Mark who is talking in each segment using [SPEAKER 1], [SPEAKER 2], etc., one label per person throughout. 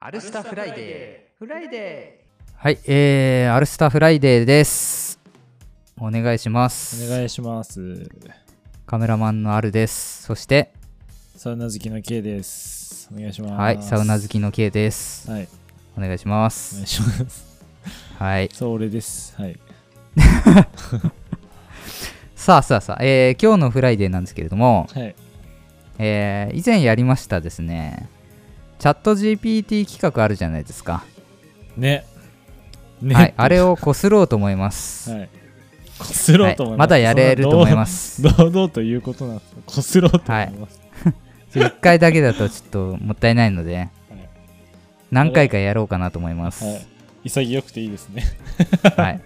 [SPEAKER 1] アルスタフライデー。フライデ
[SPEAKER 2] はい、えー、アルスターフライデーです。お願いします。
[SPEAKER 3] お願いします。
[SPEAKER 2] カメラマンのアルです。そして、
[SPEAKER 3] サウナ好きの K です。お願いします。
[SPEAKER 2] はい、サウナ好きの K です。
[SPEAKER 3] はい、
[SPEAKER 2] お願いしま
[SPEAKER 3] お願
[SPEAKER 2] す
[SPEAKER 3] い。します。
[SPEAKER 2] はい。
[SPEAKER 3] そう、俺です。はい。
[SPEAKER 2] さあさあさあ、えー、今日のフライデーなんですけれども、
[SPEAKER 3] はい。
[SPEAKER 2] えー、以前やりましたですね、チャット GPT 企画あるじゃないですか。
[SPEAKER 3] ね。ね。
[SPEAKER 2] はい、あれをこすろうと思います。
[SPEAKER 3] はい。こすろ
[SPEAKER 2] は
[SPEAKER 3] う
[SPEAKER 2] い
[SPEAKER 3] と思います。。
[SPEAKER 2] まだやれると思いますす。
[SPEAKER 3] 堂々ということなんですかこすろうと思います。
[SPEAKER 2] 1回だけだとちょっともったいないので、何回かやろうかなと思います。
[SPEAKER 3] はい。潔くていいですね。
[SPEAKER 2] はい、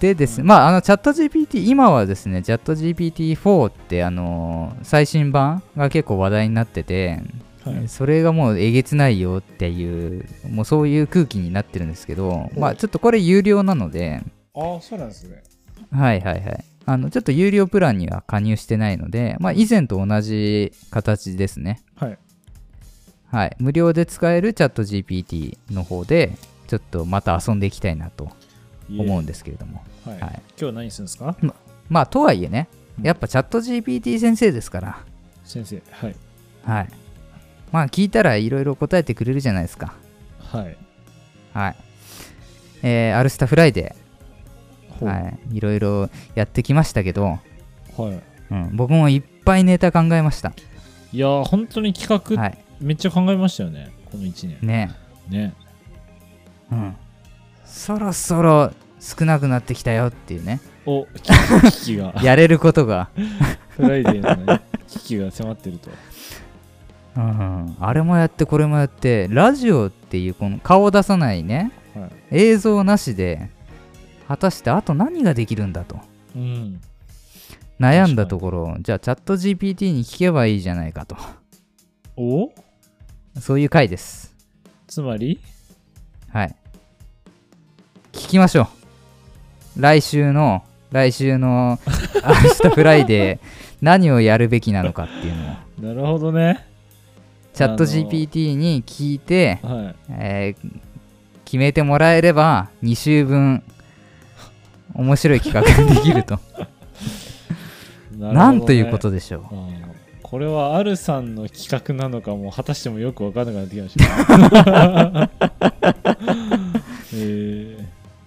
[SPEAKER 2] でですね、まあ、あのチャット GPT、今はですね、チャット GPT4 って、あのー最新版が結構話題になってて、
[SPEAKER 3] はい。
[SPEAKER 2] それがもうえげつないよっていう、もうそういう空気になってるんですけど、まあ、ちょっとこれ有料なので、
[SPEAKER 3] ああ、そうなんですね。
[SPEAKER 2] はいはいはい。あのちょっと有料プランには加入してないので、まあ、以前と同じ形ですね。
[SPEAKER 3] はい。
[SPEAKER 2] はい。無料で使えるチャット GPT の方で、ちょっとまた遊んでいきたいなと思うんですけれども。
[SPEAKER 3] いえはい。
[SPEAKER 2] はい
[SPEAKER 3] 今日何するんですか
[SPEAKER 2] まあとはいえね
[SPEAKER 3] うん
[SPEAKER 2] やっぱチャット GPT 先生ですから
[SPEAKER 3] 先生。はい。
[SPEAKER 2] はいまあ聞いたらいろいろ答えてくれるじゃないですか
[SPEAKER 3] はい。
[SPEAKER 2] はいえー、アルスタフライデー、
[SPEAKER 3] ほう
[SPEAKER 2] はい、いろいろやってきましたけど、
[SPEAKER 3] は
[SPEAKER 2] うん、僕もいっぱいネタ考えました
[SPEAKER 3] い。いやー、本当に企画、
[SPEAKER 2] はい
[SPEAKER 3] めっちゃ考えましたよね。この1年。
[SPEAKER 2] ね
[SPEAKER 3] ね。
[SPEAKER 2] うんそろそろ少なくなってきたよっていうね
[SPEAKER 3] お、危機が。
[SPEAKER 2] やれることが、
[SPEAKER 3] フライデーのね、危機が迫ってると。
[SPEAKER 2] うん、あれもやってこれもやってラジオっていうこの顔を出さないね
[SPEAKER 3] はい。
[SPEAKER 2] 映像なしで果たしてあと何ができるんだと
[SPEAKER 3] うん。
[SPEAKER 2] 悩んだところじゃあチャット GPT に聞けばいいじゃないかと
[SPEAKER 3] お
[SPEAKER 2] そういう回です
[SPEAKER 3] つまり
[SPEAKER 2] はい聞きましょう来週の来週 のアルスタフライデー何をやるべきなのかっていうのを
[SPEAKER 3] なるほどね。
[SPEAKER 2] チャット GPT に聞いて、
[SPEAKER 3] は
[SPEAKER 2] えー決めてもらえれば2週分面白い企画ができる と
[SPEAKER 3] い。な
[SPEAKER 2] な
[SPEAKER 3] るほどね
[SPEAKER 2] んということでしょう
[SPEAKER 3] あーこれはアルさんの企画なのかも果たしてもよく分からなくなってきました。 えー、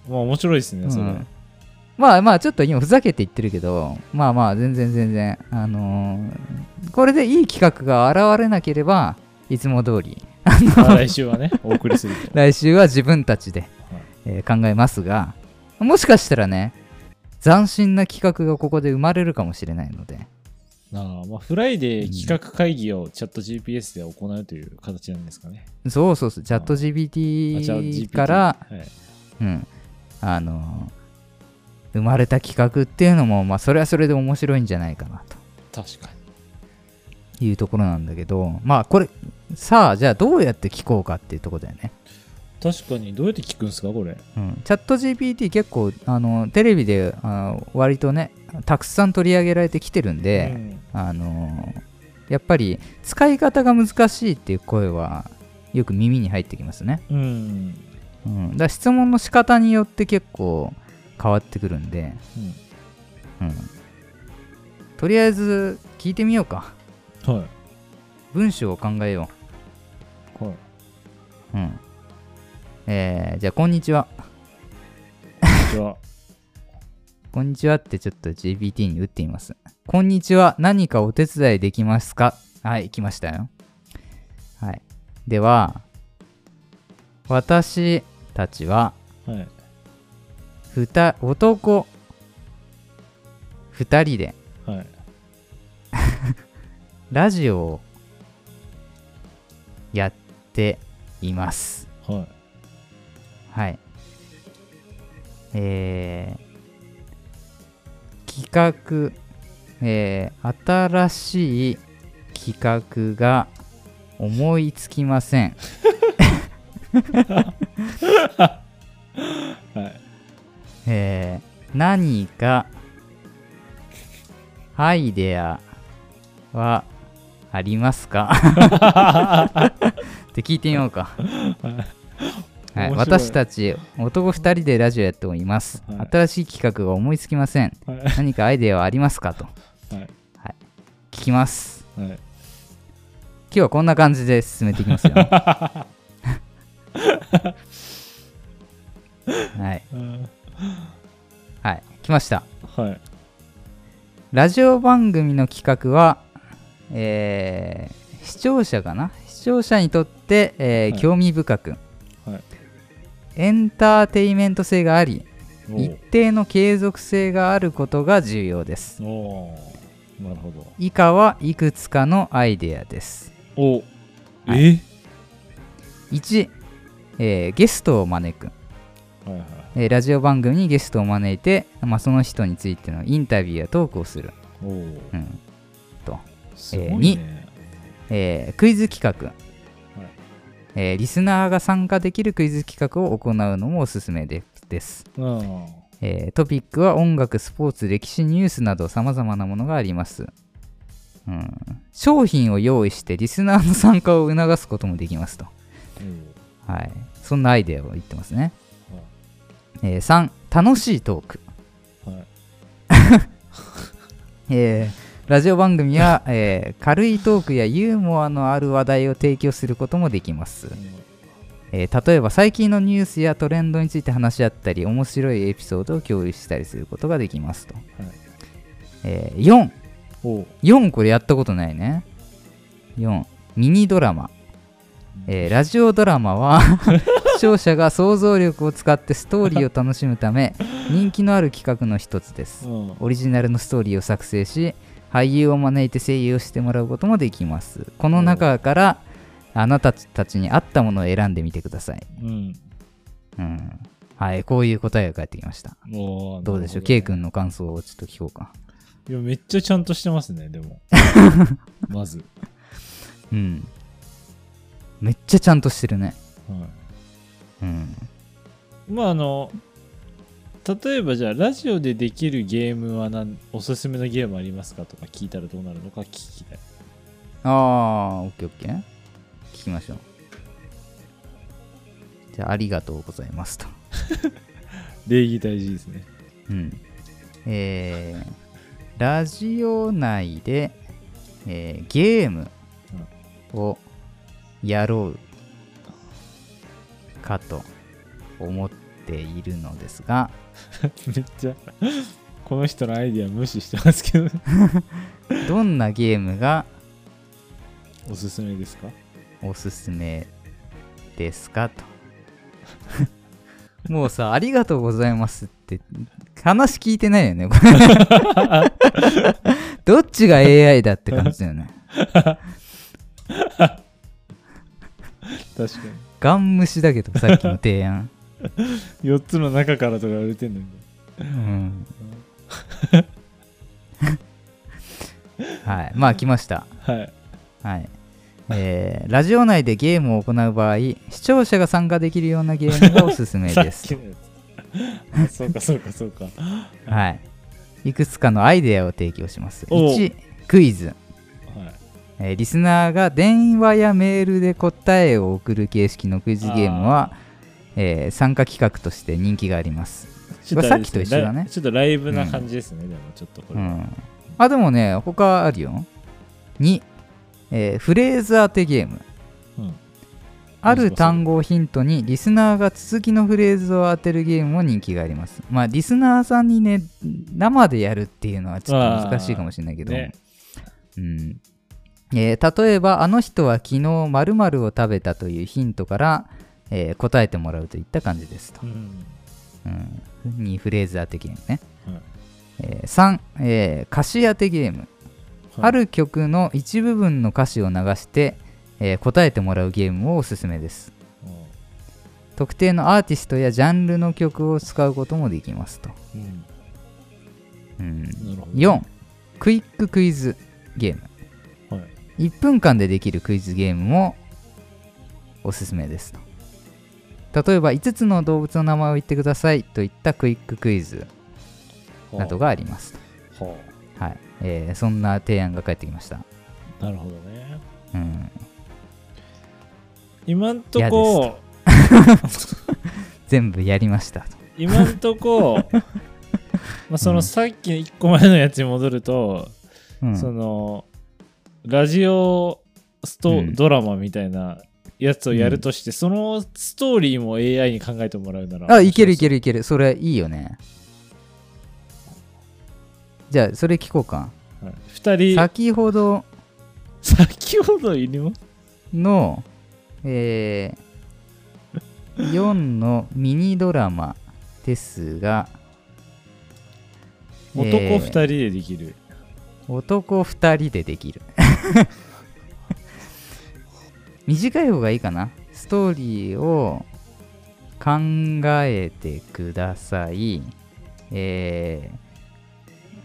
[SPEAKER 3] まあ面白いです ね、それ。
[SPEAKER 2] うんまあまあちょっと今ふざけて言ってるけどまあまあ全然全然あのーこれでいい企画が現れなければいつも通り
[SPEAKER 3] まあ来週はね、お送りすると。
[SPEAKER 2] 来週は自分たちで、えー考えますがもしかしたらね斬新な企画がここで生まれるかもしれないので
[SPEAKER 3] あーまあ、フライデー企画会議をチャット GPS で行うという形なんですかね。
[SPEAKER 2] そうそうそうチャット
[SPEAKER 3] あじゃあ
[SPEAKER 2] GPT
[SPEAKER 3] GPT
[SPEAKER 2] から、
[SPEAKER 3] はい、
[SPEAKER 2] うんあのー生まれた企画っていうのもまあそれはそれで面白いんじゃないかなと
[SPEAKER 3] 確か
[SPEAKER 2] いうところなんだけどまあこれさあじゃあどうやって聞こうかっていうところだよね、
[SPEAKER 3] に。確かに、どうやって聞くんですか、これ。
[SPEAKER 2] うん、チャット GPT 結構あのテレビであの割とねたくさん取り上げられてきてるん
[SPEAKER 3] う
[SPEAKER 2] で、
[SPEAKER 3] ん
[SPEAKER 2] あのやっぱり使い方が難しいっていう声はよく耳に入ってきますね、
[SPEAKER 3] うん。
[SPEAKER 2] うん、だから質問の仕方によって結構変わってくるんで、う
[SPEAKER 3] う
[SPEAKER 2] ん、とりあえず聞いてみようか
[SPEAKER 3] ん。はい。
[SPEAKER 2] 文章を考えよう
[SPEAKER 3] はい。
[SPEAKER 2] うん。えーじゃあ、こんにちは。
[SPEAKER 3] じゃあ、
[SPEAKER 2] こんにちはってちょっと GPT に打ってみます。こんにちは。何かお手伝いできますかはい、来ましたよ。はい。では、私たちは、
[SPEAKER 3] はい。
[SPEAKER 2] ふた、男、二人で、
[SPEAKER 3] はい。
[SPEAKER 2] ラジオを、やっています。
[SPEAKER 3] はい。
[SPEAKER 2] はい。えー、企画、えー、新しい企画が思いつきません。
[SPEAKER 3] はい。
[SPEAKER 2] えー、何かアイデアはああります かって聞いてみようか。はい、
[SPEAKER 3] 面白い
[SPEAKER 2] 私たち男2人でラジオやっております、
[SPEAKER 3] はい
[SPEAKER 2] 新しい企画が思いつきません。
[SPEAKER 3] はい
[SPEAKER 2] 何かアイデアはありますかと
[SPEAKER 3] はい
[SPEAKER 2] 聞きます。
[SPEAKER 3] はい
[SPEAKER 2] 今日はこんな感じで進めていき ますよ、ね。はい、
[SPEAKER 3] うん
[SPEAKER 2] はい、来ました。
[SPEAKER 3] はい
[SPEAKER 2] ラジオ番組の企画は、えー視聴者かな視聴者にとって、えー
[SPEAKER 3] はい
[SPEAKER 2] 興味深く、
[SPEAKER 3] はい
[SPEAKER 2] エンターテイメント性があり
[SPEAKER 3] お
[SPEAKER 2] 一
[SPEAKER 3] ー
[SPEAKER 2] 定の継続性があることが重要です
[SPEAKER 3] おーなるほど
[SPEAKER 2] 以下はいくつかのアイデアです
[SPEAKER 3] お
[SPEAKER 2] は
[SPEAKER 3] え
[SPEAKER 2] 1、えーゲストを招く、
[SPEAKER 3] はいはい
[SPEAKER 2] えーラジオ番組にゲストを招いて、まあ、その人についてのインタビューやトークをする、
[SPEAKER 3] おー
[SPEAKER 2] うんと
[SPEAKER 3] すごいね
[SPEAKER 2] えークイズ企画、
[SPEAKER 3] はい
[SPEAKER 2] えーリスナーが参加できるクイズ企画を行うのもおすすめでです、
[SPEAKER 3] うん
[SPEAKER 2] えートピックは音楽スポーツ歴史ニュースなどさまざまなものがあります、うん、商品を用意してリスナーの参加を促すこともできますと、はい、そんなアイデアを言ってますね、えー3楽しいトーク、
[SPEAKER 3] おーはい
[SPEAKER 2] えーラジオ番組は、 えー軽いトークやユーモアのある話題を提供することもできますえー例えば最近のニュースやトレンドについて話し合ったり面白いエピソードを共有したりすることができますと、えー4
[SPEAKER 3] おー
[SPEAKER 2] 4これやったことないね4ミニドラマ、えーラジオドラマ は視聴者が想像力を使ってストーリーを楽しむため人気のある企画の一つです
[SPEAKER 3] うん
[SPEAKER 2] オリジナルのストーリーを作成し俳優を招いて声優をしてもらうこともできますこの中からあなたたちに合ったものを選んでみてください
[SPEAKER 3] うん
[SPEAKER 2] うん。はい、こういう答えが返ってきました。
[SPEAKER 3] おー
[SPEAKER 2] どうでしょう、
[SPEAKER 3] な
[SPEAKER 2] K
[SPEAKER 3] るほ
[SPEAKER 2] 君の感想をちょっと聞こうか。
[SPEAKER 3] どねいやめっちゃちゃんとしてますねでもまず
[SPEAKER 2] うん。めっちゃちゃんとしてるね。
[SPEAKER 3] は
[SPEAKER 2] うん。
[SPEAKER 3] いまああの例えばじゃあラジオでできるゲームはなんおすすめのゲームありますかとか聞いたらどうなるのか聞きたい
[SPEAKER 2] ああ、オッケーオッケー。聞きましょう。じゃあ、ありがとうございますと。
[SPEAKER 3] 礼儀大事ですね
[SPEAKER 2] うん。えー、ラジオ内で、えーゲームをやろうかと思っているのですが、
[SPEAKER 3] めっちゃこの人のアイディア無視してますけど
[SPEAKER 2] どんなゲームが
[SPEAKER 3] おすすめですか
[SPEAKER 2] おすすめですかと。 もうさ、ありがとうございますって、話聞いてないよね、これ。 どっちが AI だって感じだよね。
[SPEAKER 3] 確か
[SPEAKER 2] ガン無視だけど、さっきの提案。
[SPEAKER 3] に4つの中からとか言われてんのに
[SPEAKER 2] うん。 はい、まあ来ました。
[SPEAKER 3] はい
[SPEAKER 2] はい。えーラジオ内でゲームを行う場合、視聴者が参加できるようなゲームがおすすめ
[SPEAKER 3] さ
[SPEAKER 2] で
[SPEAKER 3] っ
[SPEAKER 2] す
[SPEAKER 3] き。のやつあそうかそうかそうかは
[SPEAKER 2] はい。いくつかのアイデアを提供します。
[SPEAKER 3] おう
[SPEAKER 2] 1、クイズ。
[SPEAKER 3] い
[SPEAKER 2] えーリスナーが電話やメールで答えを送る形式のクイズゲームは、えー参加企画として人気があります。
[SPEAKER 3] ちょっと
[SPEAKER 2] これさ
[SPEAKER 3] あれ
[SPEAKER 2] っ
[SPEAKER 3] で
[SPEAKER 2] き
[SPEAKER 3] す
[SPEAKER 2] と一緒だね
[SPEAKER 3] ライちょっとライブな感じですね、でもちょっとこ
[SPEAKER 2] う
[SPEAKER 3] れ、
[SPEAKER 2] ん。あ、でもね、他あるよ。2、えーフレーズ当てゲーム。
[SPEAKER 3] うん
[SPEAKER 2] ある単語をヒントにリスナーが続きのフレーズを当てるゲームも人気があります。まあリスナーさんにね生でやるっていうのはちょっと難しいかもしれないけど、
[SPEAKER 3] ね
[SPEAKER 2] うんえー例えばあの人は昨日〇〇を食べたというヒントから、えー答えてもらうといった感じですと
[SPEAKER 3] う。ん
[SPEAKER 2] うん、2フレーズ当てゲームね。
[SPEAKER 3] はい
[SPEAKER 2] え3、えー歌詞当てゲーム。ある曲の一部分の歌詞を流して、えー答えてもらうゲームもおすすめです。特定のアーティストやジャンルの曲を使うこともできますと。
[SPEAKER 3] うんうん
[SPEAKER 2] うん、
[SPEAKER 3] なるほど
[SPEAKER 2] 4クイッククイズゲーム
[SPEAKER 3] はい
[SPEAKER 2] 1分間でできるクイズゲームもおすすめですと例えば5つの動物の名前を言ってくださいといったクイッククイズなどがありますと
[SPEAKER 3] は
[SPEAKER 2] はい、えーそんな提案が返ってきました
[SPEAKER 3] あなるほどね。
[SPEAKER 2] うん、
[SPEAKER 3] 今んとこ、
[SPEAKER 2] 全部やりましたと。
[SPEAKER 3] 今んと こ、まあそのさっき1個前のやつに戻ると、
[SPEAKER 2] うん、
[SPEAKER 3] そのラジオスト、
[SPEAKER 2] うん
[SPEAKER 3] ドラマみたいなやつをやるとして、そのストーリーも AI に考えてもらうなら
[SPEAKER 2] あ、いけるいけ
[SPEAKER 3] る
[SPEAKER 2] るいける。それいいよね。じゃあ、それ聞こうか。
[SPEAKER 3] 2人
[SPEAKER 2] 先ほど
[SPEAKER 3] 先ほどいります
[SPEAKER 2] の、え ー、4のミニドラマですが、
[SPEAKER 3] 男
[SPEAKER 2] えー
[SPEAKER 3] 2人でできる、
[SPEAKER 2] 男2人でできる 短い方がいいかなストーリーを考えてくださいえー、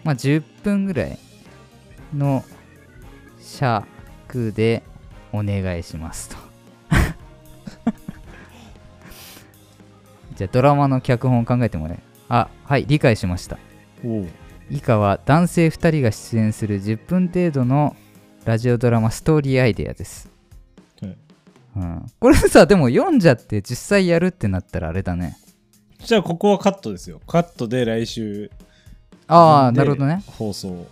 [SPEAKER 2] まあ10分ぐらいの尺でお願いしますと じゃあドラマの脚本を考えてもらえあはい理解しました
[SPEAKER 3] おう
[SPEAKER 2] 以下は男性2人が出演する10分程度のラジオドラマストーリーアイデアです、
[SPEAKER 3] はい
[SPEAKER 2] うん、これさでも読んじゃって実際やるってなったらあれだね
[SPEAKER 3] じゃあここはカットですよカットで来週
[SPEAKER 2] ああ
[SPEAKER 3] で
[SPEAKER 2] なるほどね
[SPEAKER 3] 放送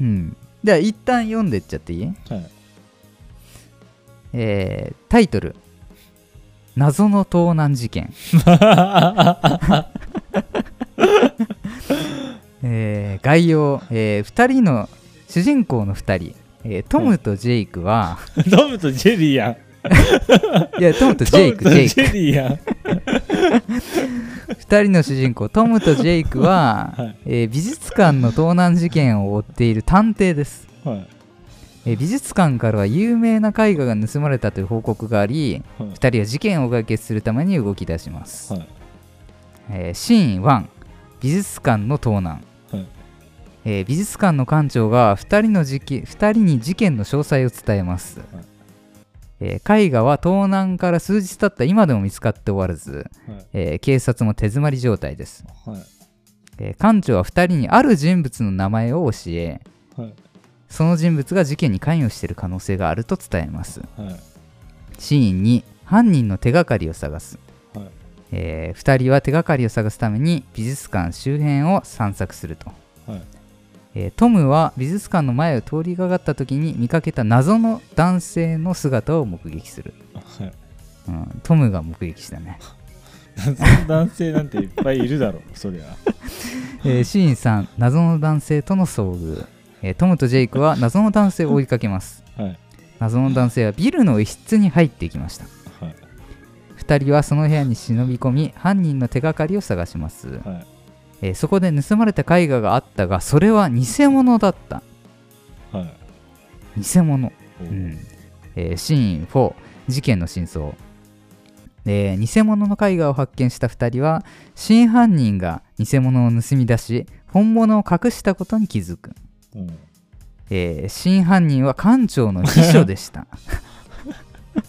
[SPEAKER 2] うんでは一旦読んでっちゃっていい
[SPEAKER 3] はい
[SPEAKER 2] えー、タイトル「謎の盗難事 件」えー概要、え2人の主人公の2人、えートムとジェイクは、
[SPEAKER 3] トムとジェリーやん
[SPEAKER 2] いやトムとジ
[SPEAKER 3] ト
[SPEAKER 2] ェイ
[SPEAKER 3] ム
[SPEAKER 2] ク
[SPEAKER 3] と
[SPEAKER 2] ジ
[SPEAKER 3] ジ
[SPEAKER 2] ェイク
[SPEAKER 3] ェリーや ん
[SPEAKER 2] 2人の主人公トムとジェイクは、
[SPEAKER 3] はい
[SPEAKER 2] えー美術館の盗難事件を追っている探偵です、
[SPEAKER 3] はい
[SPEAKER 2] えー美術館からは有名な絵画が盗まれたという報告があり
[SPEAKER 3] はい
[SPEAKER 2] 2人は事件を解決するために動き出します、
[SPEAKER 3] はい
[SPEAKER 2] えーシーン1美術館の盗難、
[SPEAKER 3] はい
[SPEAKER 2] えー美術館の館長が2人の事件二人に事件の詳細を伝えます、えー絵画は盗難から数日経った今でも見つかっておらず、
[SPEAKER 3] はい
[SPEAKER 2] えー警察も手詰まり状態です
[SPEAKER 3] はい
[SPEAKER 2] えー館長は2人にある人物の名前を教え
[SPEAKER 3] はい
[SPEAKER 2] その人物が事件に関与している可能性があると伝えます
[SPEAKER 3] はい
[SPEAKER 2] シーン2犯人の手がかりを探す、
[SPEAKER 3] はい
[SPEAKER 2] え2人は手がかりを探すために美術館周辺を散策すると、
[SPEAKER 3] はい
[SPEAKER 2] えートムは美術館の前を通りかかった時に見かけた謎の男性の姿を目撃する、
[SPEAKER 3] はい
[SPEAKER 2] うん、トムが目撃した ね、
[SPEAKER 3] 謎の男性なんていっぱいいるだろ うそりゃ
[SPEAKER 2] えーシーン3謎の男性との遭遇、えートムとジェイクは謎の男性を追いかけます
[SPEAKER 3] はい
[SPEAKER 2] 謎の男性はビルの一室に入っていきました
[SPEAKER 3] はい
[SPEAKER 2] 2人はその部屋に忍び込み犯人の手がかりを探します、
[SPEAKER 3] はい
[SPEAKER 2] えーそこで盗まれた絵画があったがそれは偽物だった
[SPEAKER 3] はい
[SPEAKER 2] 偽物、
[SPEAKER 3] おう
[SPEAKER 2] うんえーシーン4事件の真相、えー偽物の絵画を発見した2人は真犯人が偽物を盗み出し本物を隠したことに気づく、
[SPEAKER 3] うん
[SPEAKER 2] えー真犯人は館長の秘書でした、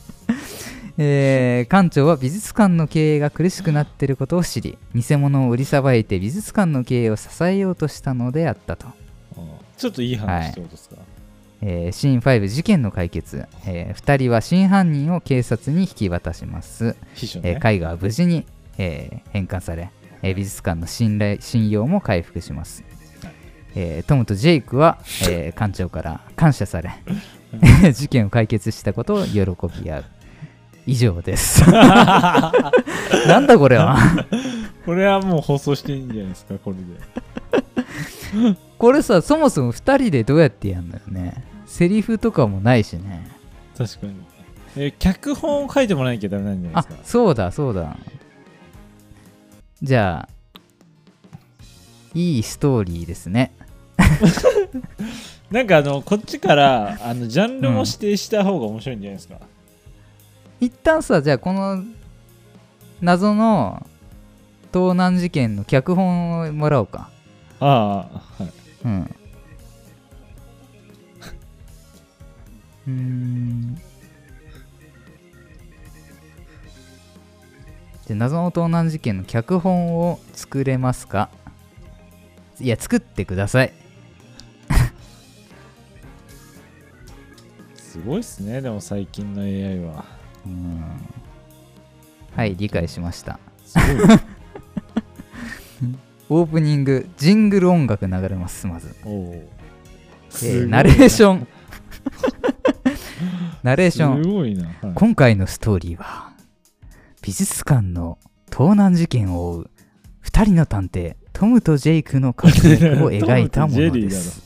[SPEAKER 2] えー館長は美術館の経営が苦しくなっていることを知り偽物を売りさばいて美術館の経営を支えようとしたのであったと、
[SPEAKER 3] ちょっといい話ってことですか、
[SPEAKER 2] えーシーン5事件の解決、え2人は真犯人を警察に引き渡します、
[SPEAKER 3] 秘書
[SPEAKER 2] え
[SPEAKER 3] ね、
[SPEAKER 2] ー絵画は無事に、えー返還され、えー美術館の信頼信用も回復します、えートムとジェイク は、えー館長から感謝され 事件を解決したことを喜び合う以上です なんだこれは
[SPEAKER 3] これはもう放送していいんじゃないですかこれで
[SPEAKER 2] これさそもそも2人でどうやってやるのよねセリフとかもないしね
[SPEAKER 3] 確かにえー脚本を書いてもらわなきゃダメなんじゃない
[SPEAKER 2] あ
[SPEAKER 3] ですか
[SPEAKER 2] そうだそうだじゃあいいストーリーですね
[SPEAKER 3] なんかあのこっちからあのジャンルも指定した方が面白いんじゃないですか、
[SPEAKER 2] 一旦さじゃあこの謎の盗難事件の脚本をもらおうか
[SPEAKER 3] ああはい
[SPEAKER 2] うんうーんじゃあ謎の盗難事件の脚本を作れますかいや作ってください
[SPEAKER 3] すごいっすね、でも最近の AI は。
[SPEAKER 2] うんはい理解しました
[SPEAKER 3] すごい。
[SPEAKER 2] オープニングジングル音楽流れますまず、
[SPEAKER 3] おう
[SPEAKER 2] えーナレーシ
[SPEAKER 3] ョン。
[SPEAKER 2] ョン ナレーション
[SPEAKER 3] すごいな。はい
[SPEAKER 2] 今回のストーリーは美術館の盗難事件を追う2人の探偵トムとジェイクの活躍を描いたものです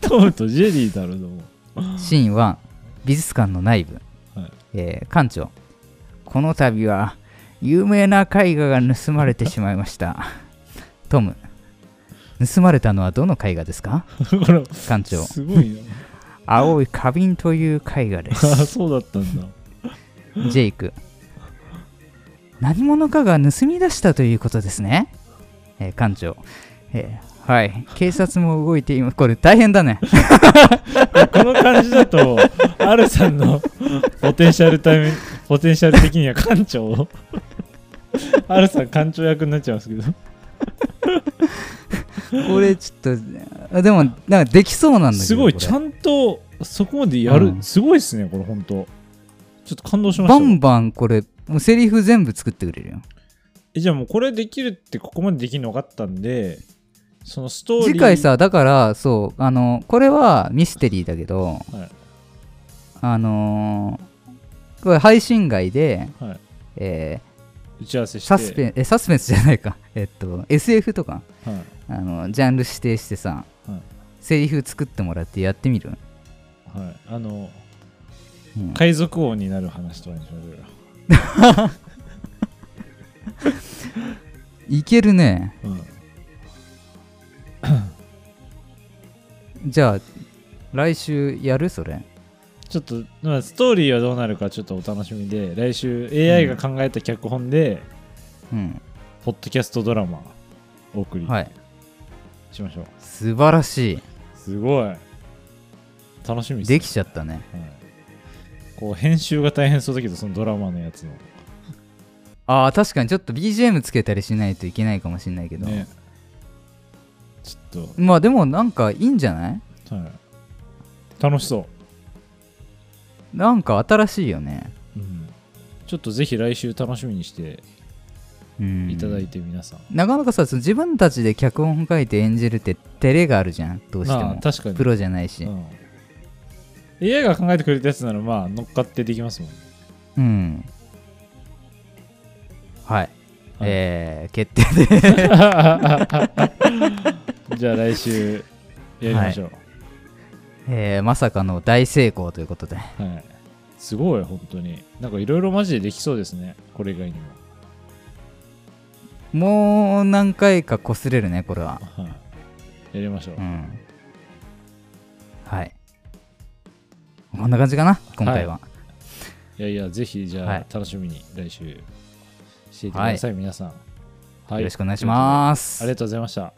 [SPEAKER 3] トムとジェリーだろ、どうも。
[SPEAKER 2] シーンは美術館の内部、
[SPEAKER 3] はい
[SPEAKER 2] えー館長この度は有名な絵画が盗まれてしまいましたトム盗まれたのはどの絵画ですか
[SPEAKER 3] こ れ
[SPEAKER 2] 館長
[SPEAKER 3] すごいな。
[SPEAKER 2] 青い花瓶という絵画で
[SPEAKER 3] あ
[SPEAKER 2] す
[SPEAKER 3] ーそうだったんだ。
[SPEAKER 2] ジェイク。何者かが盗み出したということですね。えー館長。えーはい。警察も動いています。これ大変だね。
[SPEAKER 3] この感じ だと、アルさんのポテンシャルタイム、ポテンシャル的には館長を、アルさん館長役になっちゃいますけど、
[SPEAKER 2] これちょっと、あでも、なんかできそうなんだけど。
[SPEAKER 3] すごい、
[SPEAKER 2] これ
[SPEAKER 3] ちゃんとそこまでやる、
[SPEAKER 2] うん
[SPEAKER 3] すごいですね、これ、本当ちょっと感動しまし
[SPEAKER 2] バ
[SPEAKER 3] たよ
[SPEAKER 2] ンバンこれ、もうセリフ全部作ってくれるよ。
[SPEAKER 3] え。じゃあもうこれできるって、ここまでできるの分かったんで、そのストーリー。
[SPEAKER 2] 次回さ、だから、そう、あの、これはミステリーだけど、
[SPEAKER 3] はい
[SPEAKER 2] あのーこれ配信外で、
[SPEAKER 3] はい
[SPEAKER 2] え
[SPEAKER 3] 打ち合わせし
[SPEAKER 2] ーサ
[SPEAKER 3] て。
[SPEAKER 2] スペン、え、サスペンスじゃないか。えっと、SF とか。
[SPEAKER 3] はい
[SPEAKER 2] あのジャンル指定してさ、
[SPEAKER 3] はい
[SPEAKER 2] セリフ作ってもらってやってみる、
[SPEAKER 3] はい、あの
[SPEAKER 2] うん
[SPEAKER 3] 海賊王になる話とかにしましょうよ
[SPEAKER 2] いけるね
[SPEAKER 3] うん
[SPEAKER 2] じゃあ来週やるそれ
[SPEAKER 3] ちょっと、まあ、ストーリーはどうなるかちょっとお楽しみで来週 AI が考えた脚本で、
[SPEAKER 2] うん
[SPEAKER 3] ポッドキャストドラマお送り
[SPEAKER 2] はい
[SPEAKER 3] しましょう、
[SPEAKER 2] 素晴らし
[SPEAKER 3] すごい楽しみ
[SPEAKER 2] い
[SPEAKER 3] っすね
[SPEAKER 2] できちゃったね
[SPEAKER 3] はい、こう編集が大変そうだけどそのドラマのやつの
[SPEAKER 2] あー確かにちょっと BGM つけたりしないといけないかもしれないけど、
[SPEAKER 3] ねちょっ
[SPEAKER 2] まあでもなんかいいんじゃない
[SPEAKER 3] と、はい、楽しそ
[SPEAKER 2] なんか新しいよね
[SPEAKER 3] う、うん、ちょっとぜひ来週楽しみにして
[SPEAKER 2] うん
[SPEAKER 3] いただいて皆さん、
[SPEAKER 2] なかなかさその自分たちで脚本書いて演じるって照れがあるじゃんどうして
[SPEAKER 3] まあ
[SPEAKER 2] も
[SPEAKER 3] 確かに
[SPEAKER 2] プロじゃないし
[SPEAKER 3] うん、AI が考えてくれたやつならまあ乗っかってできます もんね
[SPEAKER 2] うんはい、
[SPEAKER 3] はい
[SPEAKER 2] えー、決定で
[SPEAKER 3] じゃあ来週やりましょう、
[SPEAKER 2] えーまさかの大成功ということで
[SPEAKER 3] はいすごい本当になんかいろいろマジでできそうですねこれ以外にも、
[SPEAKER 2] もう何回か擦れるねこれは
[SPEAKER 3] はい、やりましょう、
[SPEAKER 2] うんはいこんな感じかな今回は、
[SPEAKER 3] いやいやぜひじ
[SPEAKER 2] は
[SPEAKER 3] ゃ
[SPEAKER 2] い
[SPEAKER 3] あ楽しみに来週していてください、皆さん、はい、
[SPEAKER 2] よろしくお願いします
[SPEAKER 3] ありがとうございました